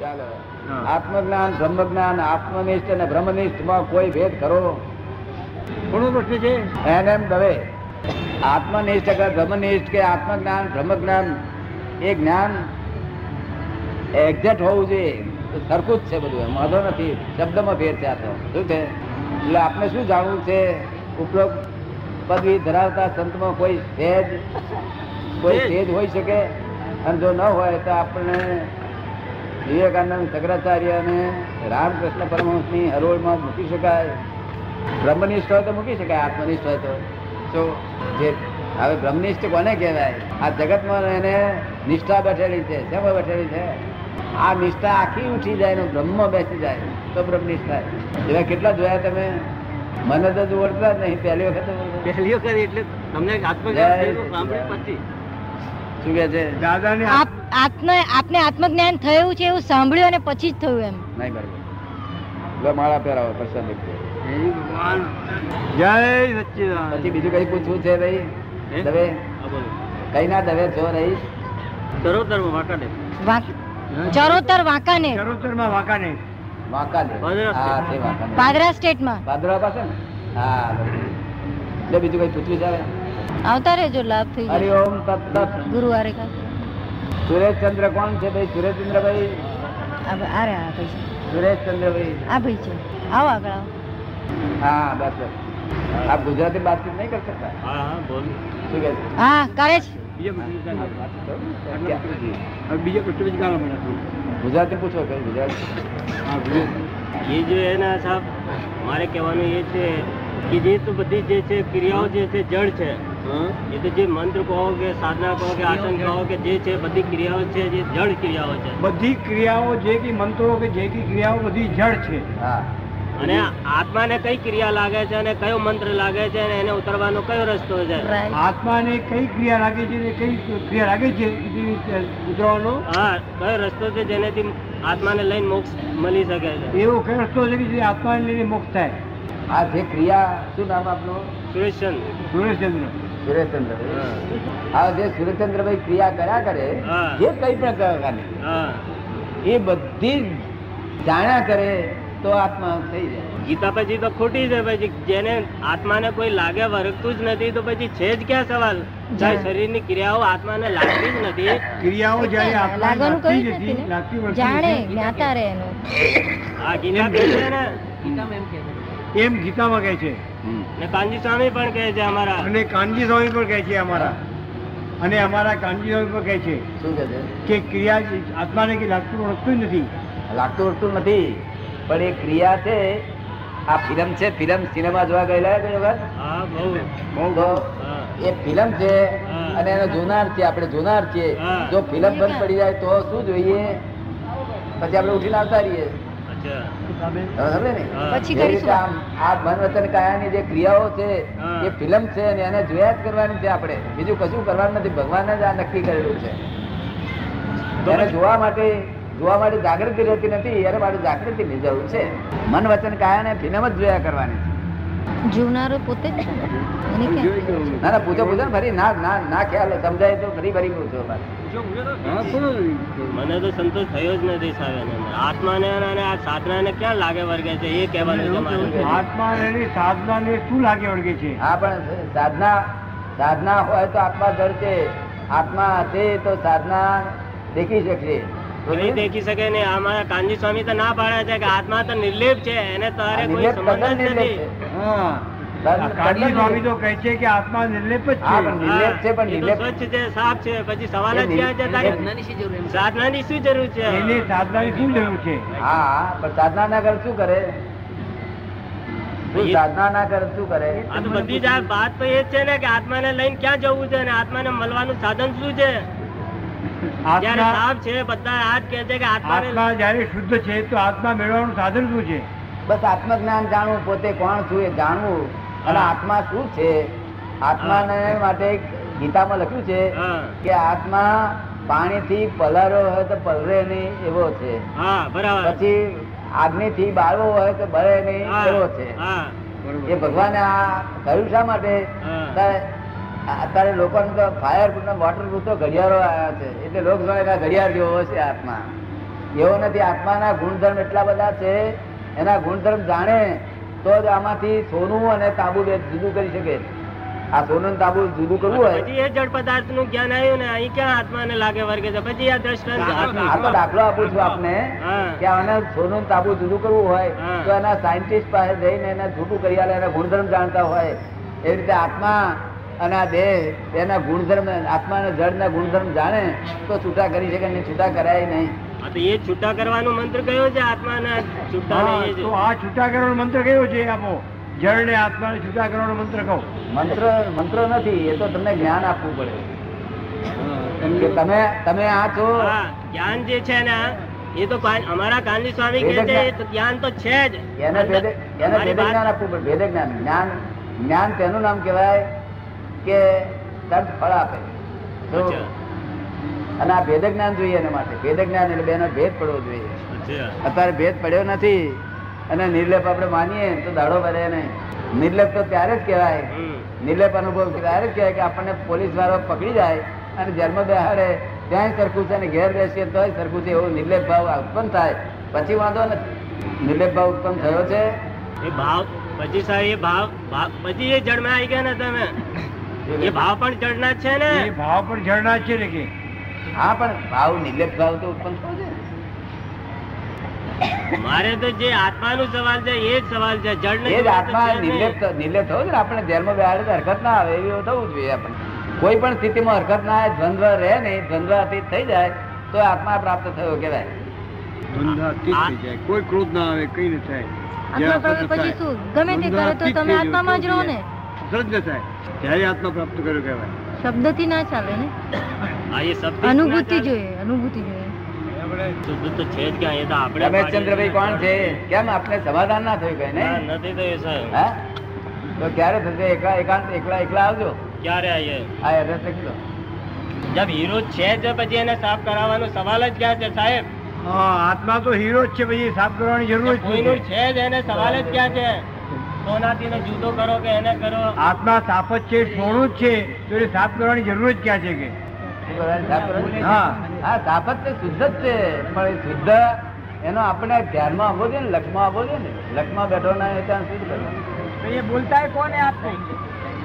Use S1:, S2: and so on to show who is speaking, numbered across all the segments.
S1: ચાલો
S2: હા.
S1: આત્મજ્ઞાન બ્રહ્મજ્ઞાન આત્મનિષ્ઠ અને બ્રહ્મનિષ્ઠમાં કોઈ ભેદ ખરો
S2: ઘણો પ્રશ્ન છે
S1: એને એમ દવે આત્મનિષ્ઠ કે બ્રહ્મનિષ્ઠ કે આત્મજ્ઞાન બ્રહ્મજ્ઞાન એ જ્ઞાન એક્ઝેક્ટ હોવું જોઈએ તો સરખું જ છે બધું એમ વાંધો નથી શબ્દમાં ફેર છે આ તો શું છે એટલે આપણે શું જાણવું છે ઉપરોક્ત પદવી ધરાવતા સંતમાં કોઈ સહેજ કોઈ
S2: સહેજ?
S1: સહેજ હોઈ શકે અને જો ન હોય તો આપણને વિવેકાનંદ શંકરાચાર્ય અને રામકૃષ્ણ પરમહંસની હરોળમાં મૂકી શકાય બ્રહ્મનિષ્ઠ હોય તો મૂકી શકાય આત્મનિષ્ઠ હોય તો તો જે હવે બ્રહ્મનિષ્ઠ કોને કહેવાય આ જગતમાં એને નિષ્ઠા બેઠેલી છે શેમાં બેઠેલી છે આ નિષ્ઠા આખી ઉઠી જાય ને બ્રહ્મ બેસી જાય તો બ્રહ્મનિષ્ઠ થાય એવા કેટલા જોયા તમે મને તો હજુ ઓળખતા જ નહીં પહેલી વખત ઓળખ્યા.
S2: પહેલી વખત એટલે તમને
S1: જય
S2: આત્મજ્ઞાન થયેલું સાંભળ્યું પછી
S1: શું કહે છે
S2: દાદાને
S3: આપ આપને આપને આત્મજ્ઞાન થયું છે એવું સાંભળ્યું અને પછી જ થયું એમ
S1: નહીં બરાબર લો, માળા પહેરાવો પ્રસાદ આપજો.
S2: ભગવાન જય સચ્ચિદાનંદ
S1: પછી બીજું કઈ પૂછવું છે ભાઈ
S2: હે?
S1: દવે
S2: હા, બોલો.
S1: કઈ ના દવે છો રહીશ
S2: ચરોતરમાં વાંકાનેર.
S3: વાંક ચરોતર વાંકાને
S1: વાંકાનેર.
S2: પાદરા
S1: હા
S2: સ્ટેટ.
S1: તે વાંકાનેર.
S3: પાદરા સ્ટેટમાં
S1: પાદરા પાસે ને હા લે, બીજું કઈ પૂછવું છે હવે?
S3: આવતા રહેજો લાભ થઈ
S1: હરિ
S3: જાય
S1: ઓમ તત્ તત્.
S3: ગુરુવારે કાં
S1: સુરેશચંદ્ર કોણ છે ભાઈ સુરેશચંદ્રભાઈ
S3: આ ભ- આ રહ્યા આ ભાઈ છે.
S1: સુરેશચંદ્રભાઈ
S3: આ ભાઈ છે આવો આગળ આવો
S1: હા બસ બસ આપ ગુજરાતી બાતચીત નહીં કરી શકતા
S2: હા, હા, બોલો.
S1: શું કહે છે?
S3: હા કરે છે
S2: બીજા પ્રશ્ન
S1: હા,
S2: વિચારજો.
S1: વાતચીત કરો ને. ક્યાં?
S2: હવે બીજા પ્રશ્ન વિચારવા માંડ્યા તમે.
S1: ગુજરાતી પૂછો કઈ ગુજરાતી
S2: એ જે એના સાહેબ મારે કહેવાનું એ છે કે જે તો બધી જે છે ક્રિયાઓ જે છે જળ છે એ તો જે મંત્ર કહો કે સાધના કહો કે આસન કહો કે જે છે બધી ક્રિયાઓ છે જે જળ ક્રિયાઓ છે
S4: બધી ક્રિયાઓ જે કે મંત્રો કે જે કે ક્રિયાઓ બધી જળ છે
S1: હા
S2: અને આત્માને કઈ ક્રિયા લાગે છે અને કયો મંત્ર લાગે છે અને એને ઉતરવાનો કયો રસ્તો છે
S3: Right.
S4: આત્માને કઈ ક્રિયા લાગે છે ને કઈ ક્રિયા લાગે છે એ ઉતરવાનો
S2: હા કયો રસ્તો છે જેનેથી આત્માને લઈને મોક્ષ મળી શકે છે
S4: એવો કયો રસ્તો છે કે જે આત્માને લઈને મોક્ષ થાય
S1: આ જે ક્રિયા શું નામ આપનું
S2: સુરેશન
S4: સુરેશચંદ્ર
S1: સુરેશચંદ્રભાઈ આ જે સુરેશચંદ્રભાઈ ક્રિયા કર્યા કરે
S2: હા.
S1: જે કઈ પણ કર્યા કરે
S2: હા
S1: એ બધી જ જાણ્યા કરે તો આત્મા થઈ જાય
S2: ગીતા પછી તો ખોટી છે પછી જેને આત્માને કોઈ લાગે વર્ગતું જ નથી તો પછી છે જ ક્યાં સવાલ
S3: જા.
S2: જ્યારે શરીરની ક્રિયાઓ આત્માને લાગતી જ નથી
S4: ક્રિયાઓ જ્યારે આત્માને
S3: લાગવાનું
S4: લાગતી
S3: કઈ
S4: જ
S3: નથી
S4: હતી લાગતી
S3: ને
S4: વળગતી
S3: જાણે
S4: નથી.
S3: જ્ઞાતા રહે એનું
S2: આ ગીતા કહે છે ને
S4: એમ ગીતામાં કહે છે
S2: ને કાનજી સ્વામી પણ કહે છે અમારા
S4: અને કાનજી સ્વામી પણ કહે છે અમારા અને અમારા કાનજી સ્વામી પણ કહે છે
S1: શું કહે છે
S4: કે ક્રિયા જે આત્માને કઈ લાગતું વળગતું જ નથી
S1: લાગતું વળતું નથી પણ એ ક્રિયા છે આ ફિલ્મ છે ફિલ્મ સિનેમા જોવા ગયેલા કઈ વખત
S2: હા બહુ
S1: તો
S2: હા.
S1: એ ફિલ્મ છે
S2: હા.
S1: અને એને જોનાર છીએ આપણે જોનાર છીએ
S2: હા.
S1: જો ફિલ્મ બંધ પડી જાય તો શું જોઈએ પછી આપણે ઉઠીને આવતા રહીએ
S2: અચ્છા
S1: હવે સમજે ને
S2: હા.
S3: પછી
S1: જે
S3: કરીશું.
S1: રીતે આમ આ મન વચન કાયાની જે ક્રિયાઓ છે
S2: હા.
S1: એ ફિલ્મ છે અને એને જોયા જ કરવાની છે આપણે બીજું કશું કરવાનું નથી ભગવાને જ આ નક્કી કરેલું છે
S2: તો
S1: એને
S2: પછી-
S1: જોવા માટે જોવા માટે જાગૃતિ રહેતી નથી એને માટે જાગૃતિની જરૂર છે મન વચન કાયાને ફિલ્મ જ જોયા કરવાની છે
S3: જીવનારો પોતે જ છે ને. એને ક્યાં
S1: ના ના પૂછો પૂછો ને ફરી ના ના ના ખ્યાલ સમજાય તો ફરી ફરી પૂછો પાછું.
S2: મને તો સંતોષ થયો જ નથી સાહેબ એની અંદર. આત્માને અને આ સાધનાને ક્યાં લાગે વર્ગે છે એ કહેવાનું છે મારું.
S4: આત્માને અને સાધનાને શું લાગે વળગે છે
S1: હા પણ સાધના સાધના હોય તો આત્મા જળ છે આત્મા હશે તો સાધના દેખી શકશે
S2: કોઈ દેખી શકે નહીં અમારા કાનજી સ્વામી તો ના પાડે છે કે આત્મા તો નિર્લેપ છે એને તારે કોઈ
S1: નિર્લેપ તદ્દન
S2: સંબંધ
S1: નિર્લેપ
S2: જ નથી
S1: છે.
S4: હા
S1: તદ્દન-
S4: કાનજી
S1: તદ્દન
S4: સ્વામી
S1: નિર્લેપ.
S4: તો કહે છે કે આત્મા નિર્લેપ જ
S1: હા, પણ
S4: છે
S1: નિર્લેપ છે, પણ
S2: હા, એ તો
S1: નિર્લેપ-
S2: સ્વચ્છ છે સાફ છે પછી સવાલ
S1: એ
S2: જ ક્યાં છે તારે?
S1: નિર્લેપ-
S2: સાધનાની શું જરૂર છે
S4: એને સાધનાની શું જરૂર છે
S1: હા પણ સાધના ના કરે શું કરે શું
S2: એ-
S1: સાધના ના કરે શું કરે
S2: આ તો બધી જ આ વાત તો એ જ છે ને કે આત્માને લઈને ક્યાં જવું છે અને આત્માને મળવાનું સાધન શું છે જ્યારે
S4: આત્મા
S2: સાફ છે બધા આ જ કહે છે કે આત્માને
S4: આત્મા જ્યારે શુદ્ધ છે તો આત્મા મેળવવાનું સાધન શું છે
S1: બસ આત્મજ્ઞાન જાણવું પોતે કોણ છું એ જાણવું અને
S2: હા.
S1: આત્મા શું છે આત્માને માટે ગીતામાં લખ્યું છે
S2: હા
S1: કે આત્મા પાણીથી પલારો હોય તો પલરે નહીં એવો છે
S2: હા બરાબર
S1: પછી આગનીથી બાળવો હોય તો બળે નહીં
S2: હા
S1: એવો છે
S2: હા
S1: એ ભગવાને આ કહ્યું શા માટે
S2: હા.
S1: તારે- આ- અત્યારે લોકોને તો ફાયર પ્રૂફ વોટર પ્રૂફ તો ઘડિયાળો આવ્યા છે એટલે લોકો જોડે કે આ ઘડિયાળ જેવો છે આત્મા એવો નથી આત્માના ગુણધર્મ એટલા બધા છે એના ગુણધર્મ જાણે તો જ આમાંથી સોનું અને તાંબુ બે જુદું કરી શકે આ સોનું અને તાંબુ જુદું કરવું હોય
S2: પછી એ જળ પદાર્થ નું જ્ઞાન આવ્યું ને અહીં ક્યાં આત્માને લાગે વર્ગે છે પછી આ દ્રષ્ટાંત હાથમાં.
S1: આ તો દાખલો આપું છું આપને
S2: હા.
S1: કે આને સોનું ને તાંબુ જુદું કરવું હોય
S2: હા.
S1: તો એના સાયન્ટિસ્ટ પાસે જઈને એને જુદું કરી આલે એના ગુણધર્મ જાણતા હોય એ રીતે આત્મા અને આ દેહ એના ગુણધર્મ આત્મા અને જળના ગુણધર્મ જાણે તો છૂટા કરી શકે નહીં છૂટા કરાય નહીં
S2: હા, તો એ છૂટા કરવાનો મંત્ર કયો છે આત્માના છૂટા
S4: હા,
S2: ને એ છે.
S4: તો આ છૂટા કરવાનો મંત્ર કયો છે આપો જળ ને આત્માને છૂટા કરવાનો મંત્ર કહો
S1: મંત્ર મંત્ર નથી એ તો તમને જ્ઞાન આપવું પડે કે તમે તમે આ છો
S2: હા, જ્ઞાન જે છે ને એ તો કાન- અમારા કાનજી સ્વામી કહે છે એ તો જ્ઞાન તો છે જ
S1: એને ભેદે એને
S2: અમારી
S1: ભેદે
S2: વાત-
S1: જ્ઞાન આપવું પડે ભેદે જ્ઞાન જ્ઞાન જ્ઞાન તેનું નામ કહેવાય કે તરત ફળ આપે તો
S2: અચ્છા,
S1: અને આ ભેદ જ્ઞાન જોઈએ એના માટે ભેદ જ્ઞાન એટલે બેનો ભેદ પડવો જોઈએ
S2: અચ્છા.
S1: અત્યારે ભેદ પડ્યો નથી અને નિર્લેપ આપણે માનીએ તો દાડો ભરે નહીં નિર્લેપ તો ત્યારે જ કહેવાય
S2: હમ.
S1: નિર્લેપ અનુભવ ત્યારે જ કહેવાય કે આપણને પોલીસ વાળો પકડી જાય અને જન્મ બેહાડે ત્યાંય સરખું છે અને ઘેર બેસીએ તોય સરખું છે એવો નિર્લેપ ભાવ ઉત્પન્ન થાય પછી વાંધો નથી નિર્લેપ ભાવ ઉત્પન્ન થયો છે
S2: એ ભાવ પછી સાહેબ એ ભાવ ભાવ- પછી એ જળમાં આવી ગયા ને તમે એ ભાવ પણ જળના જ છે ને
S4: એ ભાવ પર જળના જ છે ને કે
S1: હા પણ ભાવ નિર્લેપ ભાવ તો ઉત્પન્ન થયો છે ને.
S2: મારે તો જે આત્માનો સવાલ છે એ જ સવાલ છે જળને
S1: એ જ
S2: જોડે તો
S1: આત્મા
S2: છે જ
S1: નિર્લેપ
S2: નહીં.
S1: નિર્લેપ થવો જોઈએ ને આપણે ધર્મ બેહાડે તો હરકત ના આવે એવું થવું જોઈએ આપણને કોઈ પણ સ્થિતિમાં હરકત ના આવે દ્વંદ્વ રહે નહીં દ્વંદ્વ અતીત થઈ જાય તો આત્મા પ્રાપ્ત થયો કહેવાય
S2: થઈ
S4: કોઈ ક્રોધ ના આવે કઈ ન થાય
S3: આત્મા પ્રાપ્ત પછી શું ગમે તે કરો તો તમે આત્મામાં જ રહો ને
S4: ત્યારે આત્મા પ્રાપ્ત કર્યો કહેવાય
S3: શબ્દથી ના ચાલે ને
S2: હા, એ શબ્દ
S3: અનુભૂતિ
S2: ના
S3: જોઈએ અનુભૂતિ જોઈએ
S2: ચાલે. શુદ્ધ તો છે જ ક્યાં એ તો આપણે
S1: રમેશચંદ્રભાઈ કોણ છે કેમ આપણે સમાધાન ના થયું કઈ ને
S2: ના, નથી થયું સાહેબ
S1: હા તો ક્યારે થશે એકલા એકાંત એકલા એકલા આવજો
S2: ક્યારે આવીએ
S1: આ એડ્રેસ લખી દો
S2: જબ હીરો છે જ પછી એને સાફ કરાવવાનો સવાલ જ ક્યાં છે સાહેબ
S4: હા આત્મા તો હીરો જ છે પછી સાફ કરવાની જરૂર જ
S2: કોઈનું
S4: નથી.
S2: છે જ એને સવાલ જ ક્યાં છે સોનાથી એને જુદો કરો કે એને કરો
S4: આત્મા સાફ જ છે સોનું જ છે તો એ સાફ કરવાની જરૂર જ ક્યાં છે કે
S1: શું કરવાનું? સાફ કરવાનું?
S4: હા.
S1: હા સાફ જ છે શુદ્ધ જ છે પણ એ શુદ્ધ એનો આપણે ધ્યાનમાં આવવો જોઈએ ને લક્ષમાં આવવો જોઈએ ને લક્ષમાં બેઠો ના હોય ત્યાં શુદ્ધ કરવાનું
S4: ये बोलता है कौन है आपसे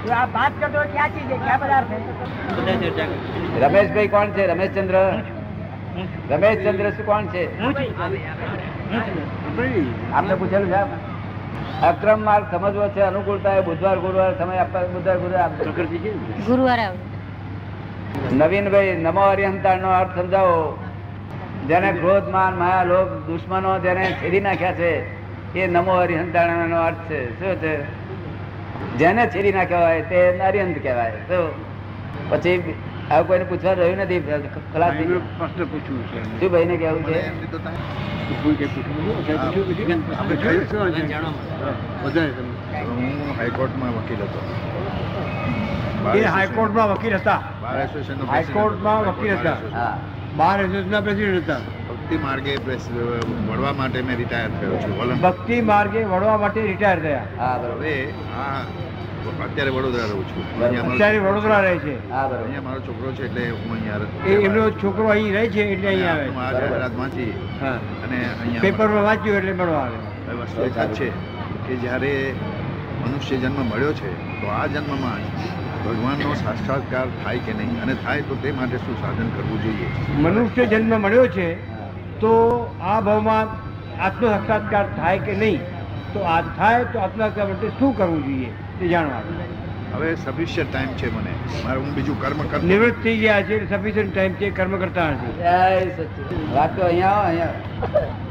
S4: जो आप बात करते हो क्या चीज है क्या पदार्थ है
S1: રમેશભાઈ કોણ છે રમેશચંદ્ર રમેશચંદ્ર શું કોણ છે આપને પૂછેલું છે અક્રમ માર્ગ સમજવો છે અનુકૂળતા એ બુધવાર ગુરુવાર સમય આપવા બુધવાર ગુરુવાર આપજો.
S3: ગુરુવારે આવજો
S1: નવીનભાઈ નમો હરિહંતાળનો અર્થ સમજાવો જેને ક્રોધ માન માયા લોભ દુશ્મનો જેને છેડી નાખ્યા છે એ નમો હરિહંતાળનો અર્થ છે શું છે જેને છેડી નાખ્યા હોય તે અરિહંત કહેવાય શું પછી આવું કોઈને પૂછવા રહ્યું નથી ખલાસ થઈ ગયું.
S4: प्रश्न पूछूं सर
S1: શું ભાઈને કહેવું છે
S4: पूछ के पूछूं
S5: હું હાઈકોર્ટમાં વકીલ હતો
S4: એ હાઈકોર્ટમાં વકીલ હતા
S5: બાર એસોસિએશનનો president
S4: હાઈકોર્ટમાં
S5: હતો.
S4: વકીલ હતા.
S5: હાઈકોર્ટ બાર
S1: હા
S4: બાર એસોસિએશનના પ્રેસિડેન્ટ હતા
S5: એસોસિએશન. ભક્તિ માર્ગે પ્રેસ- વળવા માટે મેં રિટાયર થયો છું વલણ
S4: ભક્તિ માર્ગે વળવા માટે રિટાયર થયા
S1: હા બરોબર
S5: હવે આ અત્યારે વડોદરા રહું છું અહીંયા મારો-
S4: અત્યારે વડોદરા રહે છે
S1: હા બરોબર
S5: અહીંયા મારો છોકરો છે એટલે હું અહીંયા
S4: એ એમનો છોકરો અહીં રહે છે એટલે અહીં આવે
S5: આ જાહેરાત વાંચી
S4: છે. હા
S5: અને અહીંયા
S4: પેપરમાં વાંચ્યું એટલે મળવા આવે
S5: હવે વસ્તુ એક જ છે કે જ્યારે મનુષ્ય જન્મ મળ્યો છે તો આ જન્મમાં ભગવાનનો સાક્ષાત્કાર થાય કે નહીં અને થાય તો તે માટે શું સાધન કરવું જોઈએ
S4: મનુષ્ય જન્મ મળ્યો છે
S1: હા.
S4: તો આ ભાવમાં આત્મ સાક્ષાત્કાર થાય કે નહીં તો આ થાય તો આત્મ સાક્ષાત્કાર માટે શું કરવું જોઈએ તે જાણવાનું
S5: હવે સફિશિયન્ટ ટાઈમ છે મને મારે હું બીજું કર્મ કરતો
S4: નિવૃત્ત થઈ ગયા છે સફિશિયન્ટ ટાઈમ છે કર્મ કરતા નથી
S1: જય સચિન વાત તો અહીંયા આવો અહીંયા આવો.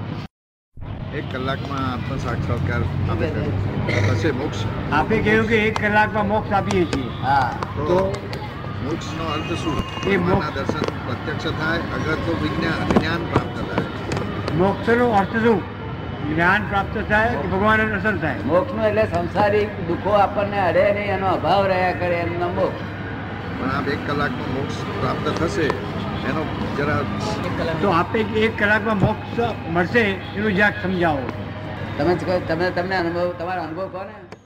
S5: એક કલાકમાં આત્મ સાક્ષાત્કાર આપે છે. થશે મોક્ષ
S4: આપે કહ્યું કે એક કલાકમાં મોક્ષ આપીએ છીએ
S1: હા
S5: તો મોક્ષનો અર્થ શું
S4: એ મોક્ષ-
S5: ભગવાનના દર્શન પ્રત્યક્ષ થાય અગર તો વિજ્ઞાન જ્ઞાન પ્રાપ્ત થાય
S4: મોક્ષનો અર્થ શું જ્ઞાન પ્રાપ્ત થાય કે ભગવાનનું દર્શન થાય
S1: મોક્ષનું એટલે સંસારી દુઃખો આપણને અડે નહીં એનો અભાવ રહ્યા કરે એમનો મોક્ષ
S5: પણ આપ એક કલાકનો મોક્ષ પ્રાપ્ત થશે એનો જરા
S4: તો આપે કે એક કલાકમાં મોક્ષ મળશે એનું જ્યાં સમજાવો
S1: તમે જ કહો- તમે તમને અનુભવ તમારો અનુભવ કહો ને